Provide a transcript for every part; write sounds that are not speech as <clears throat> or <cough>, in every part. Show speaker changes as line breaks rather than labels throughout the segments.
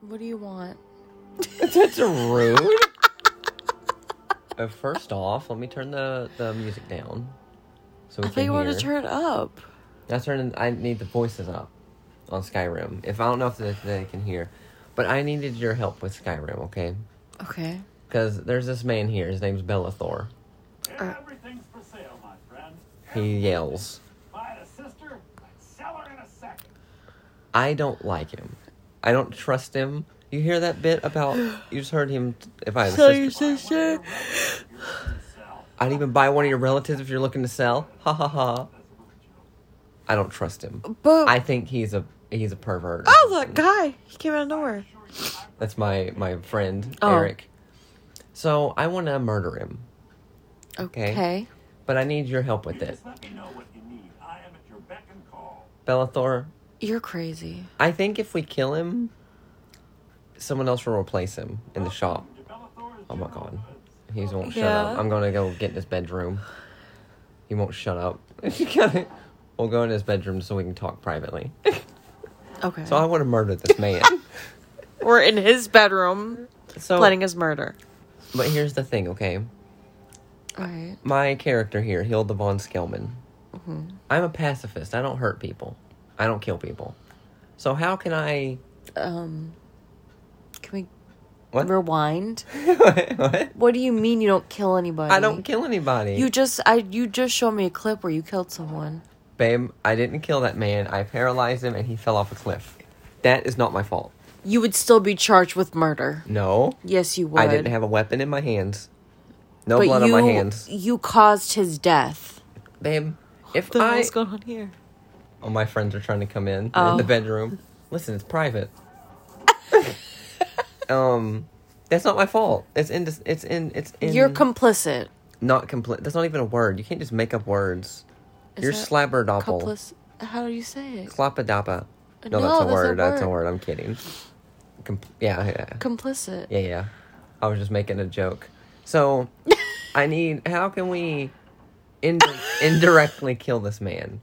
What do you want?
That's rude. <laughs> Uh, first off, let me turn the, the music down. So we
I
can
think I want
hear.
to turn it up.
That's turning. I need the voices up on Skyrim. If I don't know if they, they can hear, but I needed your help with Skyrim, okay?
Okay.
Because there's this man here. His name's Bellathor. Uh.
Everything's for sale, my friend.
He yells.
Buy a sister, I'd sell her in a second.
I don't like him. I don't trust him. You hear that bit
<gasps>
about? You just heard him. If I had a
So
sister-
your sister?
I'd even buy one of your relatives if you're looking to sell. Ha ha ha. I don't trust him.
But
I think he's a he's a pervert.
oh, that guy. He came out of nowhere.
<laughs> That's my my friend
Oh.
Eric. So I want to murder him,
Okay.
but I need your help with
You
it,
just let me know what you need. I am at your beck and call.
Bellathor.
You're crazy.
I think if we kill him, someone else will replace him in the shop.
To Bellathor's
Oh my
General
god,
Goods.
he won't shut
Yeah.
up. I'm gonna go get in his bedroom. He won't shut up. <laughs> we'll go in his bedroom so we can talk privately.
Okay.
So I want to murder
<laughs>
this man.
We're in his bedroom
so,
planning his murder.
but here's the thing, okay?
All right.
my character here, Hilda von Skelman,
Mm-hmm.
I'm a pacifist. I don't hurt people. I don't kill people. So how can I?
Um, can we
What?
rewind?
what?
<laughs> What do you mean you don't kill anybody?
I don't kill anybody.
You just I you just showed me a clip where you killed someone.
Babe, I didn't kill that man. I paralyzed him and he fell off a cliff. That is not my fault.
You would still be charged with murder.
No,
Yes, you would.
I didn't have a weapon in my hands. No
but
blood
you,
on my hands,
You caused his death.
babe. If
What the
I,
hell's going on here?
oh, my friends are trying to come in They're
Oh.
in the bedroom. Listen, it's
<laughs>
private. um, that's not my fault. It's in. It's in. It's in.
You're complicit.
not complete. That's not even a word. You can't just make up words.
Is
You're
that
slabberdoppel.
Complicit. How do you say it?
Slappadappa. No,
No,
that's a
that's a
word. That's a
word.
word. I'm kidding. Com- yeah, yeah,
Complicit.
yeah, yeah. I was just making a joke. So, I need. How can we ind- indirectly kill this man?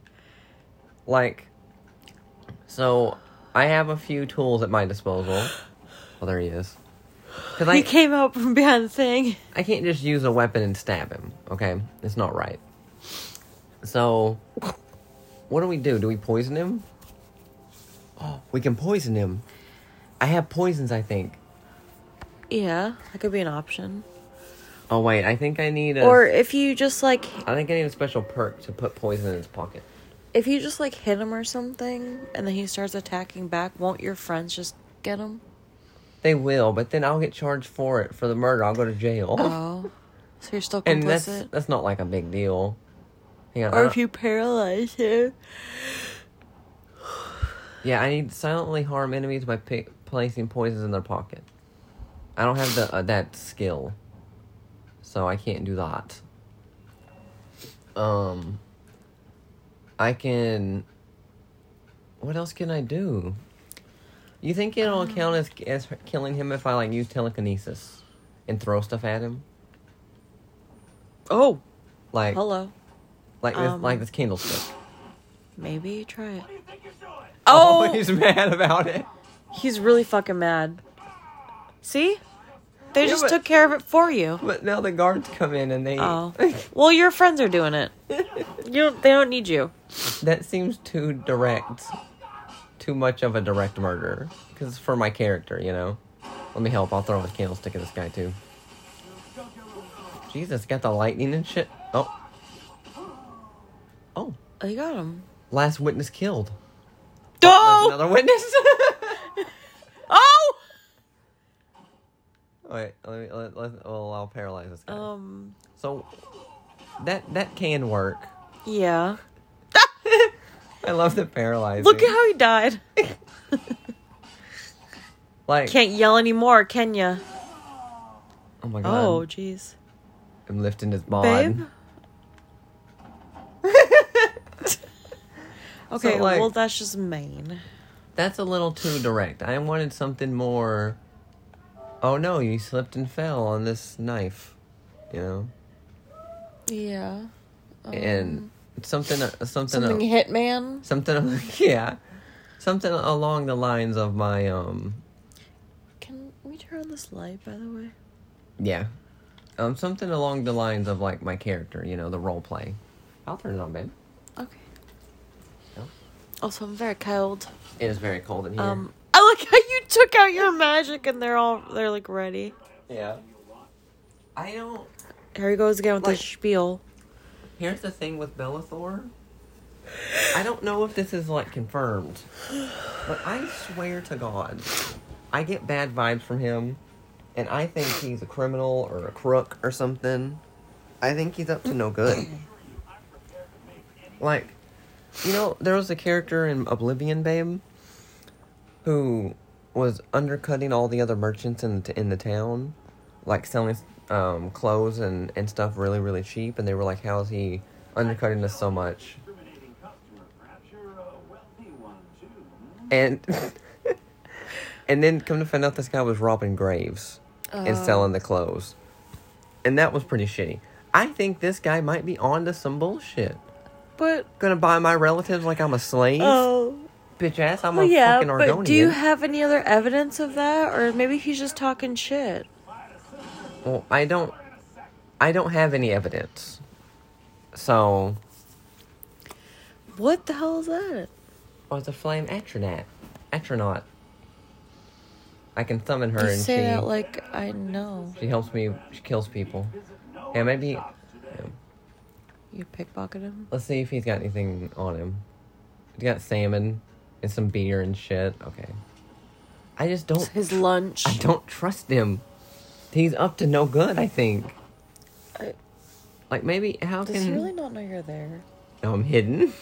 Like, so I have a few tools at my disposal. Well, there he is. Because
He
I,
came out from behind the thing.
I can't just use a weapon and stab him, okay? It's not right. So, what do we do? Do we poison him? Oh, we can poison him. I have poisons, I think.
Yeah, that could be an option.
Oh, wait, I think I need a.
Or if you just like
I think I need a special perk to put poison in his pocket.
if you just like hit him or something, and then he starts attacking back, won't your friends just get him?
They will, but then I'll get charged for it for the murder. I'll go to jail.
Oh, so you're still
<laughs> and that's uh,
complicit.
that's not like a big deal. Hang on, I
Or
don't-
if you paralyze him.
Yeah, I need to silently harm enemies by pick, placing poisons in their pocket. I don't have the uh, that skill, so I can't do that. Um, I can. What else can I do? You think it'll
Um.
count as as killing him if I like use telekinesis and throw stuff at him,
Oh,
like
hello.
like this,
Um,
like this candlestick?
Maybe try it.
What do you think you're doing?
Oh,
<laughs> he's mad about it.
he's really fucking mad. See? They
Yeah,
just
but-
took care of it for you.
But now the guards come in and they.
Oh. Well, your friends are doing it. <laughs> You don't, they don't need you.
That seems too direct. Too much of a direct murder. Because it's for my character, you know? Let me help. I'll throw a candlestick at this guy, too. Jesus, got the lightning and shit. Oh. Oh.
They got him.
Last witness killed. There's
Oh!
another witness. <laughs>
Oh!
Wait, let me. Let, let, well, I'll paralyze this guy.
Um,
so, that that can work.
yeah.
I love the
<laughs>
paralyzing.
Look at how he died.
like.
Can't yell anymore, can ya?
oh my god.
Oh, jeez.
I'm lifting his bod.
Babe?
<laughs>
Okay,
So, like-
well, that's just Maine.
That's a little too direct. I wanted something more. Oh no, you slipped and fell on this knife, you know,
Yeah.
and something, uh, something,
Something
something,
Hitman?
<laughs> something yeah, something along the lines of my um
on this light, by the way?
Yeah. Um, something along the lines of like my character, you know, the role play. I'll turn it on, babe.
Okay.
No?
Also, I'm very cold.
It is very cold in here.
Um, I like how you took out your magic and they're all they're like ready.
yeah. I don't.
Here he goes again with
Like-
the spiel.
Here's the thing with Bellathor. I don't know if this is like confirmed, but I swear to God, I get bad vibes from him, and I think he's a criminal or a crook or something. I think he's up to no good. Like, you know, there was a character in Oblivion, babe, who was undercutting all the other merchants in the, in the town, like selling um, clothes and, and stuff really, really cheap. And they were like, how is he undercutting us so much?
Discriminating customer. Perhaps you're a wealthy one, too. hmm?
And <laughs> and then come to find out this guy was robbing graves and
Oh.
selling the clothes. And that was pretty shitty. I think this guy might be onto some bullshit.
But
Gonna buy my relatives like I'm a slave?
oh,
Bitch ass, I'm
well,
a
yeah.
fucking
But
Oregonian.
do you have any other evidence of that, or maybe he's just talking shit?
Well, I don't. I don't have any evidence. So,
What the hell is that?
oh, it's a flame astronaut. Astronaut. I can summon her,
You
and
say
she
that like I know
she helps me. She kills people.
Visit no
Yeah, maybe.
shops today.
you pickpocket him.
Let's see if he's got anything on him. He's got salmon and some beer and shit. Okay. I just
It's
don't.
<laughs> his lunch.
I don't trust him. He's up to no good. I think.
I-
Like maybe how
Does
can?
he really not know you're there?
No, I'm hidden.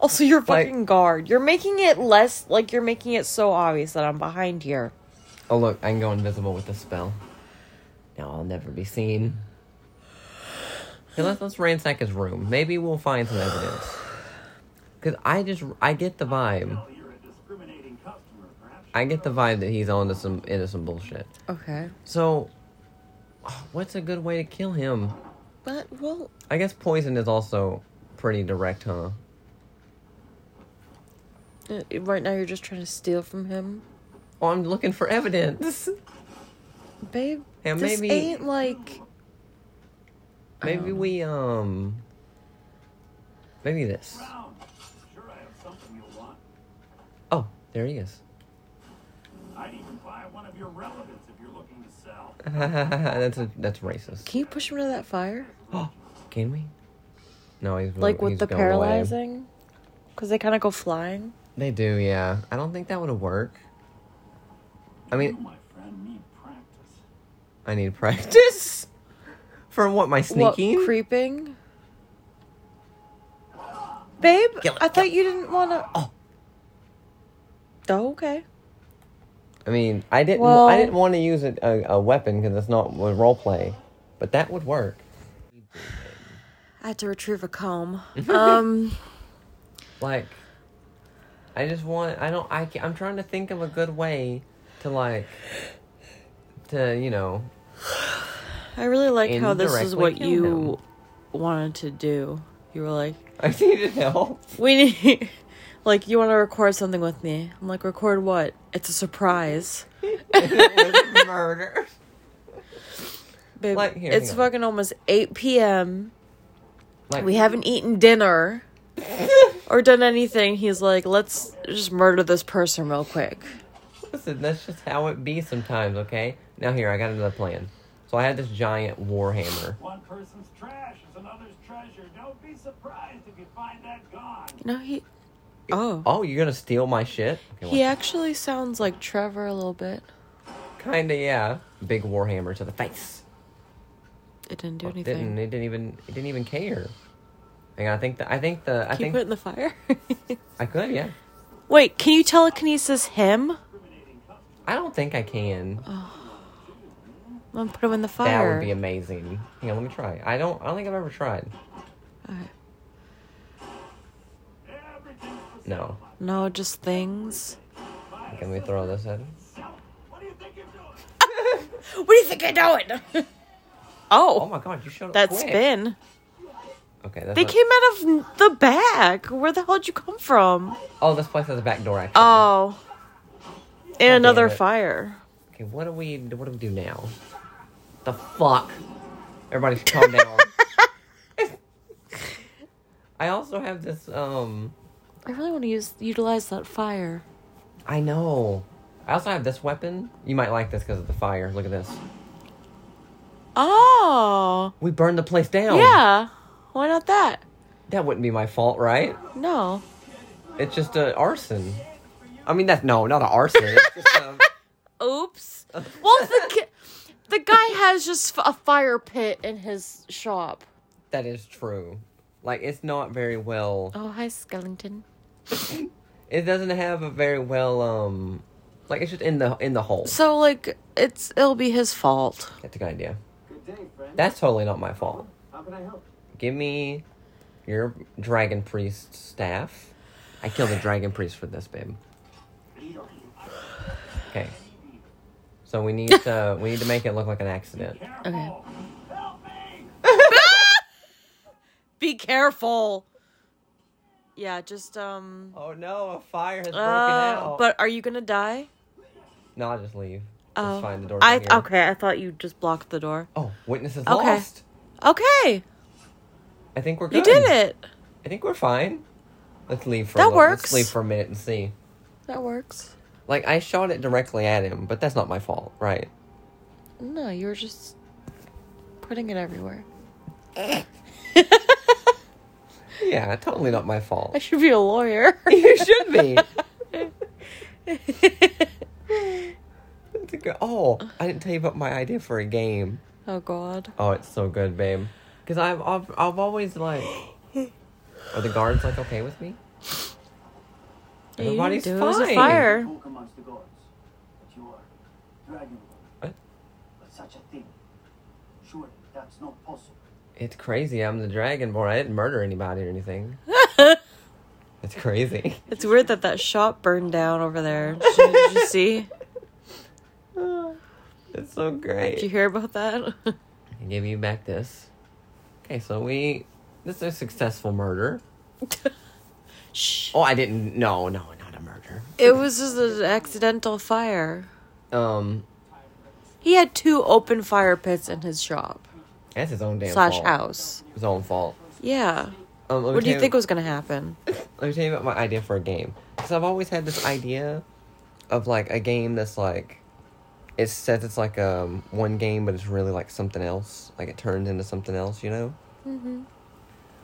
Also, you're
Like-
fucking guard. You're making it less like you're making it so obvious that I'm behind here.
Oh look, I can go invisible with the spell. Now I'll never be seen. Hey, let's, let's ransack his room. Maybe we'll find some evidence. Cause I just I get the vibe.
Well, you're a discriminating customer. Perhaps
I get the vibe that he's onto some into some bullshit.
Okay,
So, what's a good way to kill him?
but well,
I guess poison is also pretty direct, huh?
uh, right now you're just trying to steal from him,
Oh, I'm looking for evidence.
babe.
Yeah,
this
maybe-
ain't like
Maybe we um. Maybe this.
Brown. Sure, I have something you'll want.
Oh, there he is. <laughs>
I'd even buy one of your relatives if you're looking to sell.
that's a, that's racist.
Can you push him to that fire?
Oh, <gasps> can we? No, he's
Like with
he's
the
going away.
paralyzing? Because they kind of go flying.
They do, yeah. I don't think that would work. I
you,
mean,
my friend, need practice.
I need <laughs> practice for what my sneaking.
What, creeping? Babe,
Kill it,
I
kill
thought you didn't want to.
Oh.
Oh, okay.
I mean, I didn't.
Well-
I didn't want to use a, a, a weapon because that's not what role play, but that would work.
I had to retrieve a comb.
<laughs>
um,
Like, I just want. I don't. I. ca- I'm trying to think of a good way to like. To you know, <laughs>
I really like how this is
Indirectly
what
kill
you wanted to do. You were like,
I needed help. <laughs>
we need. <laughs> Like, you want to record something with me? I'm like, record what? It's a surprise.
It was murder.
Babe,
Like, here,
it's
hang on.
fucking almost 8 p.m.
Like
we haven't eaten
<laughs>
dinner or done anything. He's like, let's just murder this person real quick.
Listen, that's just how it be sometimes, okay? Now here, I got another plan. So I had this giant war hammer.
One person's trash is another's treasure. Don't be surprised if you find that gone.
No, he. Oh.
Oh, you're gonna steal my shit? Okay,
He actually sounds like Trevor a little bit.
well, kinda, yeah. Big war hammer to the face.
It didn't do
Well, it Oh,
anything.
didn't it didn't even it didn't even care. And I think the I think the I
Can you
think
put it in the fire? <laughs>
I could, yeah.
Wait, can you telekinesis him?
I don't think I can.
I'm gonna put him in the
that
fire.
would be amazing. Hang on, let me try. I don't I don't think I've ever tried.
Okay.
Everything's for
No.
No, just
<laughs>
things.
Can we throw this at him?
sale. What do you think you're doing?
What do you think I'm doing? <laughs>
Oh
oh,
my god, you showed up.
that
quick.
spin.
Okay, that's
They
not-
came out of the back. Where the hell did you come from?
Oh, this place has a back door actually.
Oh. And
damn
another
it.
fire.
Okay, what do we what do we do now? The fuck? Everybody calm down. I also have this um
I really want to use utilize that fire.
I know. I also have this weapon. You might like this because of the fire. Look at this.
Oh,
We burned the place down.
yeah. Why not that?
That wouldn't be my fault, right?
No.
It's just a arson. I mean, that's no, not an arson. It's just a,
Oops. Well, the ki- the guy has just f- a fire pit in his shop.
that is true. Like, it's not very well.
Oh, hi, skeleton.
It doesn't have a very well. um Like, it's just in the in the hole.
So like, it's it'll be his fault.
That's a good idea.
Good day, friend.
That's totally not my fault.
How can I help?
Give me your dragon priest staff. I killed a dragon priest for this, babe. Okay. So we need
<laughs>
to we need to make it look like an accident.
Careful! Help me!
Be careful. Yeah, just um.
Oh no, a fire has broken
Uh, but are you gonna die?
no, I'll just leave.
Oh,
Just find the door.
I
from here.
okay. I thought you just blocked the door.
Oh, witness is
Okay.
lost.
Okay,
I think we're good.
you did it.
I think we're fine. Let's leave for a
That
little- Let's
works.
leave for a minute and see.
That works.
Like I shot it directly at him, but that's not my fault, right?
No, you were just putting it <laughs> everywhere.
Yeah, totally not my
I <laughs>
fault.
should be a <laughs> lawyer.
you should <laughs> be. It's a good- oh, I didn't tell you about my idea for a game.
oh God.
Oh, it's so good, babe. Because I've, I've I've always like, <gasps> are the guards like okay with me?
Yeah, you
Everybody's
didn't do it. It was a
fine.
fire.
Folk amongst the gods, but you are dragonborn.
What?
But such a thing, surely that's not possible.
It's crazy. I'm the dragonborn. I didn't murder anybody
<laughs>
or anything. It's crazy. <laughs>
It's weird that that shop burned down over there. Did you, did you see?
It's so
Did you
great.
hear about that? <laughs>
I give you back this. Okay, so we this is a successful murder.
Shh.
Oh, I didn't. No, no, not a murder.
It was just an accidental fire.
Um,
He had two open fire pits in his shop
that's his own damn
slash
fault.
house.
His own fault.
Yeah.
Um, let
What
me
do
tell
you think was gonna happen?
Let me tell you about my idea for a game. Because I've always had this idea of like a game that's like it says it's like um one game, but it's really like something else. Like it turns into something else, you know. Mm-hmm.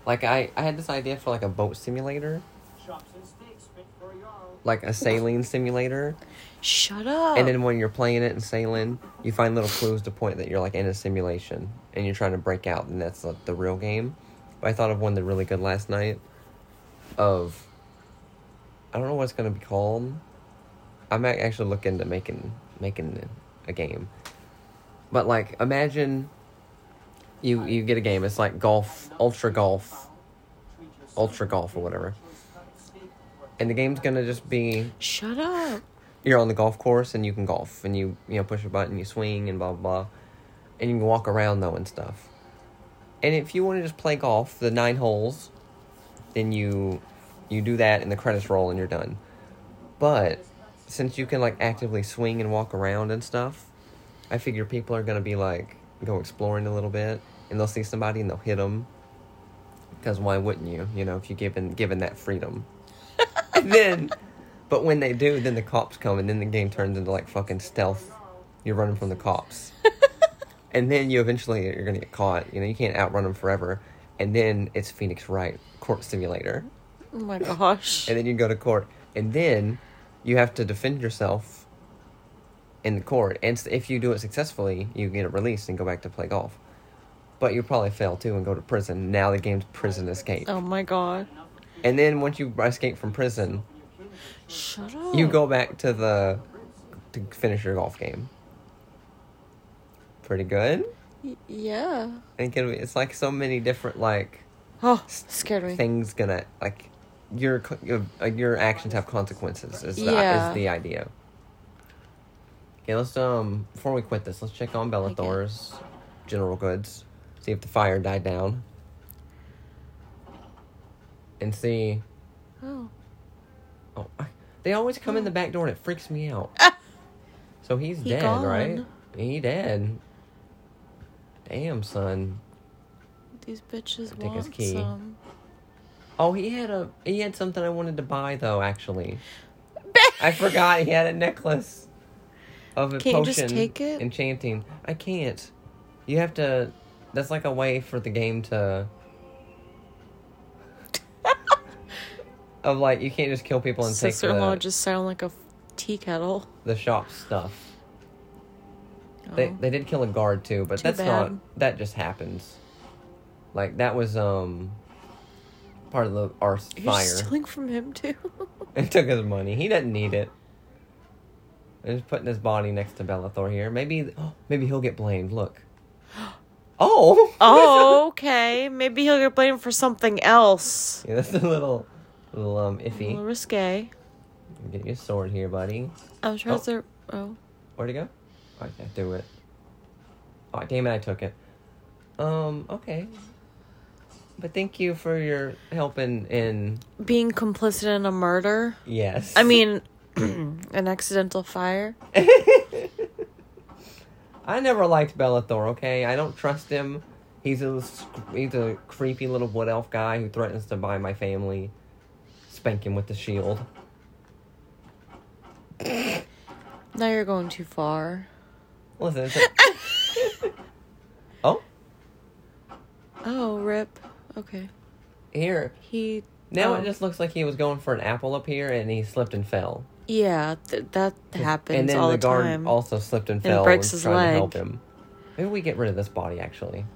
Like I I had this idea for like a boat simulator,
Chops and steaks fit for a jarl.
like a sailing simulator,
Shut up.
and then when you're playing it and sailing, you find little clues to point that you're like in a simulation and you're trying to break out, and that's like the real game. But I thought of one that really good last night. Of, I don't know what it's gonna be called. I'm ac- actually looking to making making a game. But like, imagine you you get a game. It's like golf, ultra golf, ultra golf or whatever. And the game's gonna just be
Shut up.
you're on the golf course and you can golf and you you know push a button you swing and blah blah, blah. and you can walk around though and stuff and if you want to just play golf the nine holes then you you do that and the credits roll and you're done but since you can like actively swing and walk around and stuff i figure people are gonna be like go exploring a little bit and they'll see somebody and they'll hit them because why wouldn't you you know if you given given that freedom and <laughs> then but when they do, then the cops come, and then the game turns into like fucking stealth. You're running from the cops, and then you eventually you're gonna get caught. You know you can't outrun them forever, and then it's Phoenix Wright court simulator,
Oh my gosh.
and then you go to court, and then you have to defend yourself in the court. And s- if you do it successfully, you get released and go back to play golf. But you probably fail too and go to prison. Now the game's prison escape,
Oh my god.
and then once you escape from prison,
Shut up.
You go back to the to finish your golf game. Pretty good.
Y- yeah.
And can we, it's like so many different like
Oh, scared me.
things gonna like your co- your, uh, your actions have consequences is the,
Yeah.
is the idea. Okay, let's um before we quit this, let's check on Bellathor's general goods, see if the fire died down, and see.
Oh. <laughs>
Oh, I- they always come in the back door and it freaks me out. So he's
He
dead,
gone.
right? He dead. Damn, son.
These bitches
Take his
want
key.
some.
<laughs> Oh, he had a he had something I wanted to buy though. Actually, I forgot he had a necklace of a
Can't you
potion.
just take it?
Enchanting. I can't. You have to. That's like a way for the game to. of like you can't just kill people and take
Sister-in-law
the,
just sound like a f- tea kettle.
the shop stuff. They
Oh.
they did kill a guard too, but
Too
that's
bad.
not that just happens. Like that was um part of the our
You're
fire.
stealing from him too.
It took his money. <laughs> He doesn't need it. I'm just putting his body next to Bellathor here. Maybe oh, maybe he'll get blamed. Look. <gasps> Oh.
<laughs> oh, okay. Maybe he'll get blamed for something else.
<laughs> yeah, that's a little little um
A little
iffy.
risque.
Get your sword here, buddy.
I was trying
Oh.
to. Oh,
Where'd it go? Oh, I can't do it. Oh damn it! I took it. Um. Okay. But thank you for your help in in
being complicit in a murder.
yes.
I mean, <clears throat> an accidental fire.
<laughs> I never liked Bellathor, okay? I don't trust him. He's a sc- he's a creepy little wood elf guy who threatens to buy my family. Spank him with the shield.
Now you're going too far.
Listen. It's a-
<laughs>
oh,
Oh, rip. Okay.
here.
He.
Now
oh.
it just looks like he was going for an apple up here and he slipped and fell.
Yeah, th- that happens
and then
all
the,
the,
guard
time.
also slipped and fell
breaks
and
his
trying to
leg.
help him. Maybe we get rid of this body actually.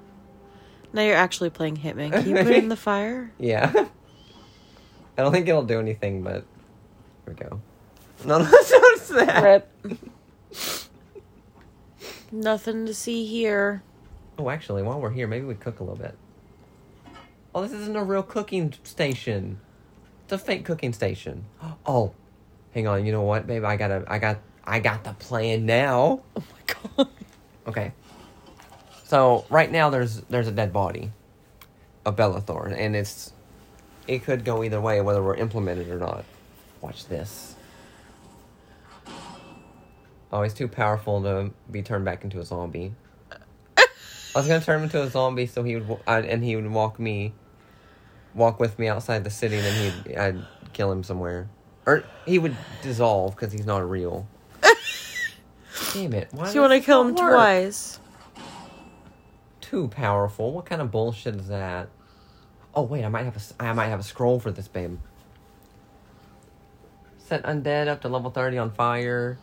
Now you're actually playing Hitman. Can you put it
<laughs>
in the fire?
Yeah. I don't think it'll do anything, but here we go. No, <laughs> no, it's that.
<laughs> Nothing to see here.
Oh, actually, while we're here, maybe we cook a little bit. Oh, this isn't a real cooking station. It's a fake cooking station. <gasps> Oh, hang on. You know what, babe? I gotta. I got. I got the plan now.
Oh my god.
Okay. So right now there's there's a dead body of Bellathorn, and it's it could go either way whether we're implemented or not. Watch this. Oh, he's too powerful to be turned back into a zombie. I was gonna turn him into a zombie so he would wa- I, and he would walk me, walk with me outside the city, and then he'd I'd kill him somewhere, or he would dissolve because he's not
<laughs>
real. Damn it! Why
So you
does
want to
this
kill
not
him
work?
twice?
too powerful. What kind of bullshit is that? Oh wait, I might have a s- I might have a scroll for this, babe. Set undead up to level thirty on fire.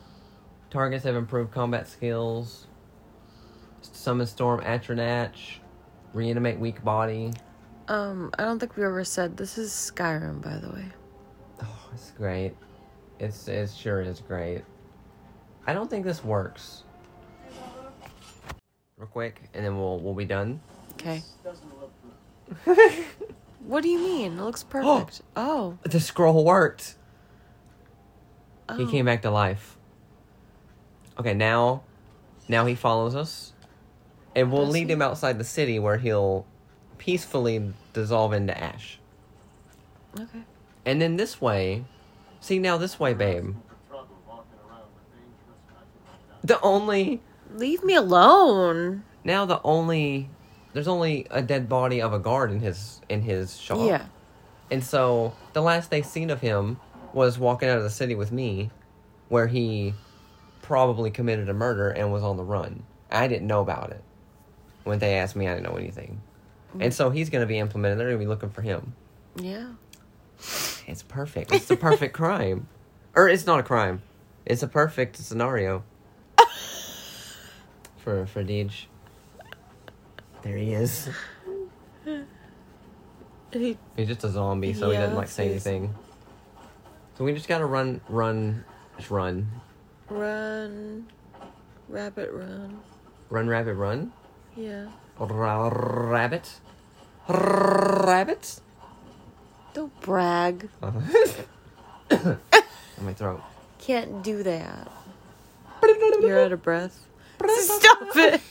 Targets have improved combat skills. Summon storm Atronach. Reanimate weak body.
Um, I don't think we ever said this is Skyrim, by the way.
Oh, it's great. It's it sure is great. I don't think this works. Real quick, and then we'll we'll be done.
Okay. What do you mean? It looks perfect. oh.
The scroll worked.
oh.
He came back to life. Okay, now, now he follows us, and we'll
Does
lead
he?
him outside the city where he'll peacefully dissolve into ash.
Okay.
And then this way, see now this way, babe. The only
Leave me alone.
now the only there's only a dead body of a guard in his in his shop.
Yeah.
And so the last they seen of him was walking out of the city with me, where he probably committed a murder and was on the run. I didn't know about it. When they asked me, I didn't know anything. And so he's going to be implemented. They're going to be looking for him.
Yeah.
It's perfect. It's the perfect crime. Or it's not a crime. It's a perfect scenario. for for Deej. There he is.
He,
He's just a zombie, so he
Yeah,
doesn't like
that's
say
his-
anything. So we just gotta run, run, just run,
run. Rabbit run.
run, rabbit, run,
Yeah.
Ra- rabbit, rabbit. <coughs>
Don't brag.
Uh-huh. In my throat.
Can't do that. You're out of breath. Stop <laughs> it.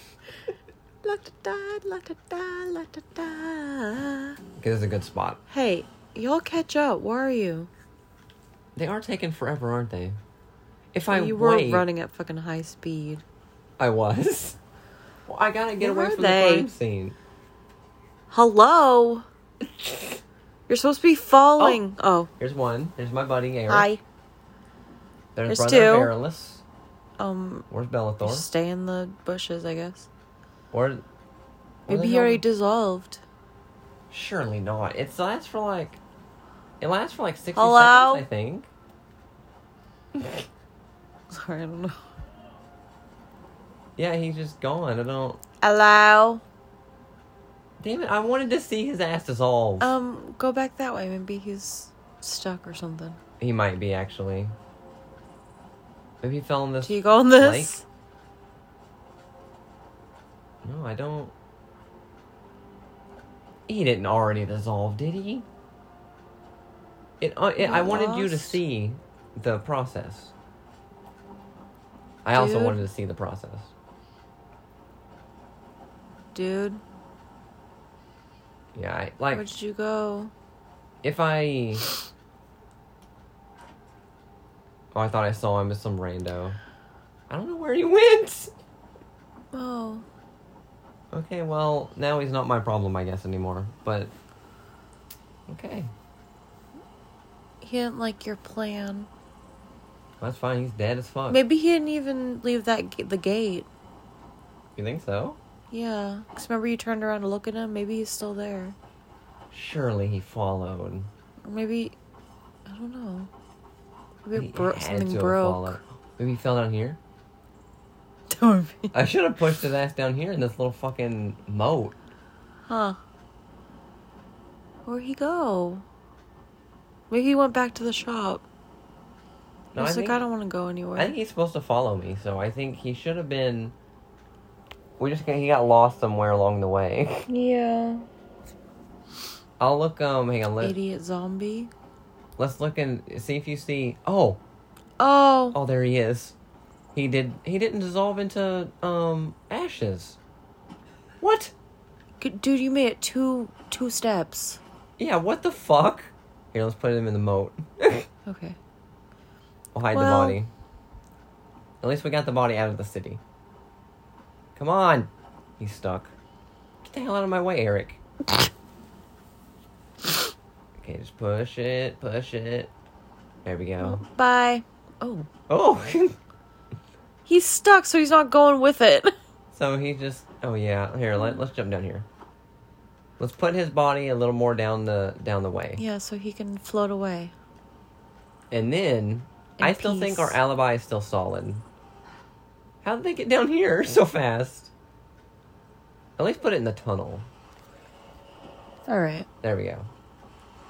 La da da, la da da, la da da.
Okay, this is a good spot.
Hey, y'all catch up. Where are you?
They are taking forever, aren't they? If I
you were
wait,
running at fucking high speed.
I was. <laughs> Well, I gotta get
Where
away
are
from
they?
the crime scene.
Hello. You're supposed to be falling. Oh,
Here's one. There's my buddy Eric.
hi.
There's,
There's
brother
two.
Barilus.
Um,
Where's Bellator?
just stay in the bushes, I guess.
Where? where the
Maybe he
hell-
already dissolved.
Surely not. It lasts for like. It lasts for like sixty
Hello?
seconds, I think.
<laughs> Sorry, I don't know.
Yeah, he's just gone. I don't.
Hello.
Damn it! I wanted to see his ass dissolve.
Um, go back that way. Maybe he's stuck or something.
He might be actually. Maybe he fell in this.
Do you go on this?
No, I don't. He didn't already dissolve, did he? It. Uh, it I wanted you to
Lost.
see the process. I also
Dude.
wanted to see the process.
Dude,
Yeah, I, like
where did you go?
if I. Oh, I thought I saw him as some rando. I don't know where he went.
Oh,
Okay, well, now he's not my problem, I guess, anymore. But. Okay.
he didn't like your plan.
That's fine. He's dead as fuck.
Maybe he didn't even leave that g- the gate.
You think so?
Yeah, because remember you turned around to look at him. Maybe he's still there.
Surely he followed.
Or maybe I don't know. Maybe
He
it bro-
had to
something
have
broke. <laughs>
followed. Maybe he fell down here. I should have pushed his ass down here in this little fucking moat.
huh? Where'd he go? Maybe he went back to the shop.
No, I
he's like,
think-
I don't want to go anywhere.
I think he's supposed to follow me, so I think he should have been. We just he got lost somewhere along the way. <laughs>
yeah.
I'll look. Um, hang on. Let,
Idiot zombie.
let's look and see if you see. Oh,
Oh,
oh, there he is. He did. He didn't dissolve into um ashes. What?
g- dude, you made it two two steps.
Yeah. What the fuck? Here, let's put him in the moat. <laughs>
Okay.
We'll hide
Well-
the body. At least we got the body out of the city. Come on! He's stuck. Get the hell out of my way, Eric. okay, just push it, push it. There we go.
Bye. Oh,
Oh! <laughs>
he's stuck, so he's not going with it. <laughs>
so he just. Oh yeah. Here, let, let's jump down here. Let's put his body a little more down the down the way,
yeah, so he can float away.
and then I
In
still think our
peace.
alibi is still solid. How did they get down here <laughs> so fast? At least put it in the tunnel.
All right.
There we go.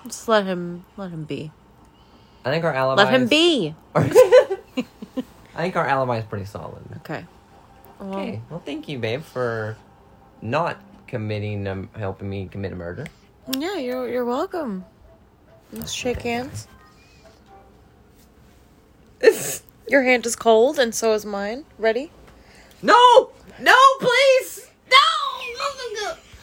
Just let him let him be.
I think our alibi.
Let him
is- <laughs>
be.
I think our alibi is pretty solid.
Okay. Well,
Okay. Well, thank you, babe, for not committing, um, helping me commit a murder.
<laughs>
<laughs>
Yeah, you're you're welcome. Let's shake hands. Your hand is cold, and so is mine. Ready?
no! No, please!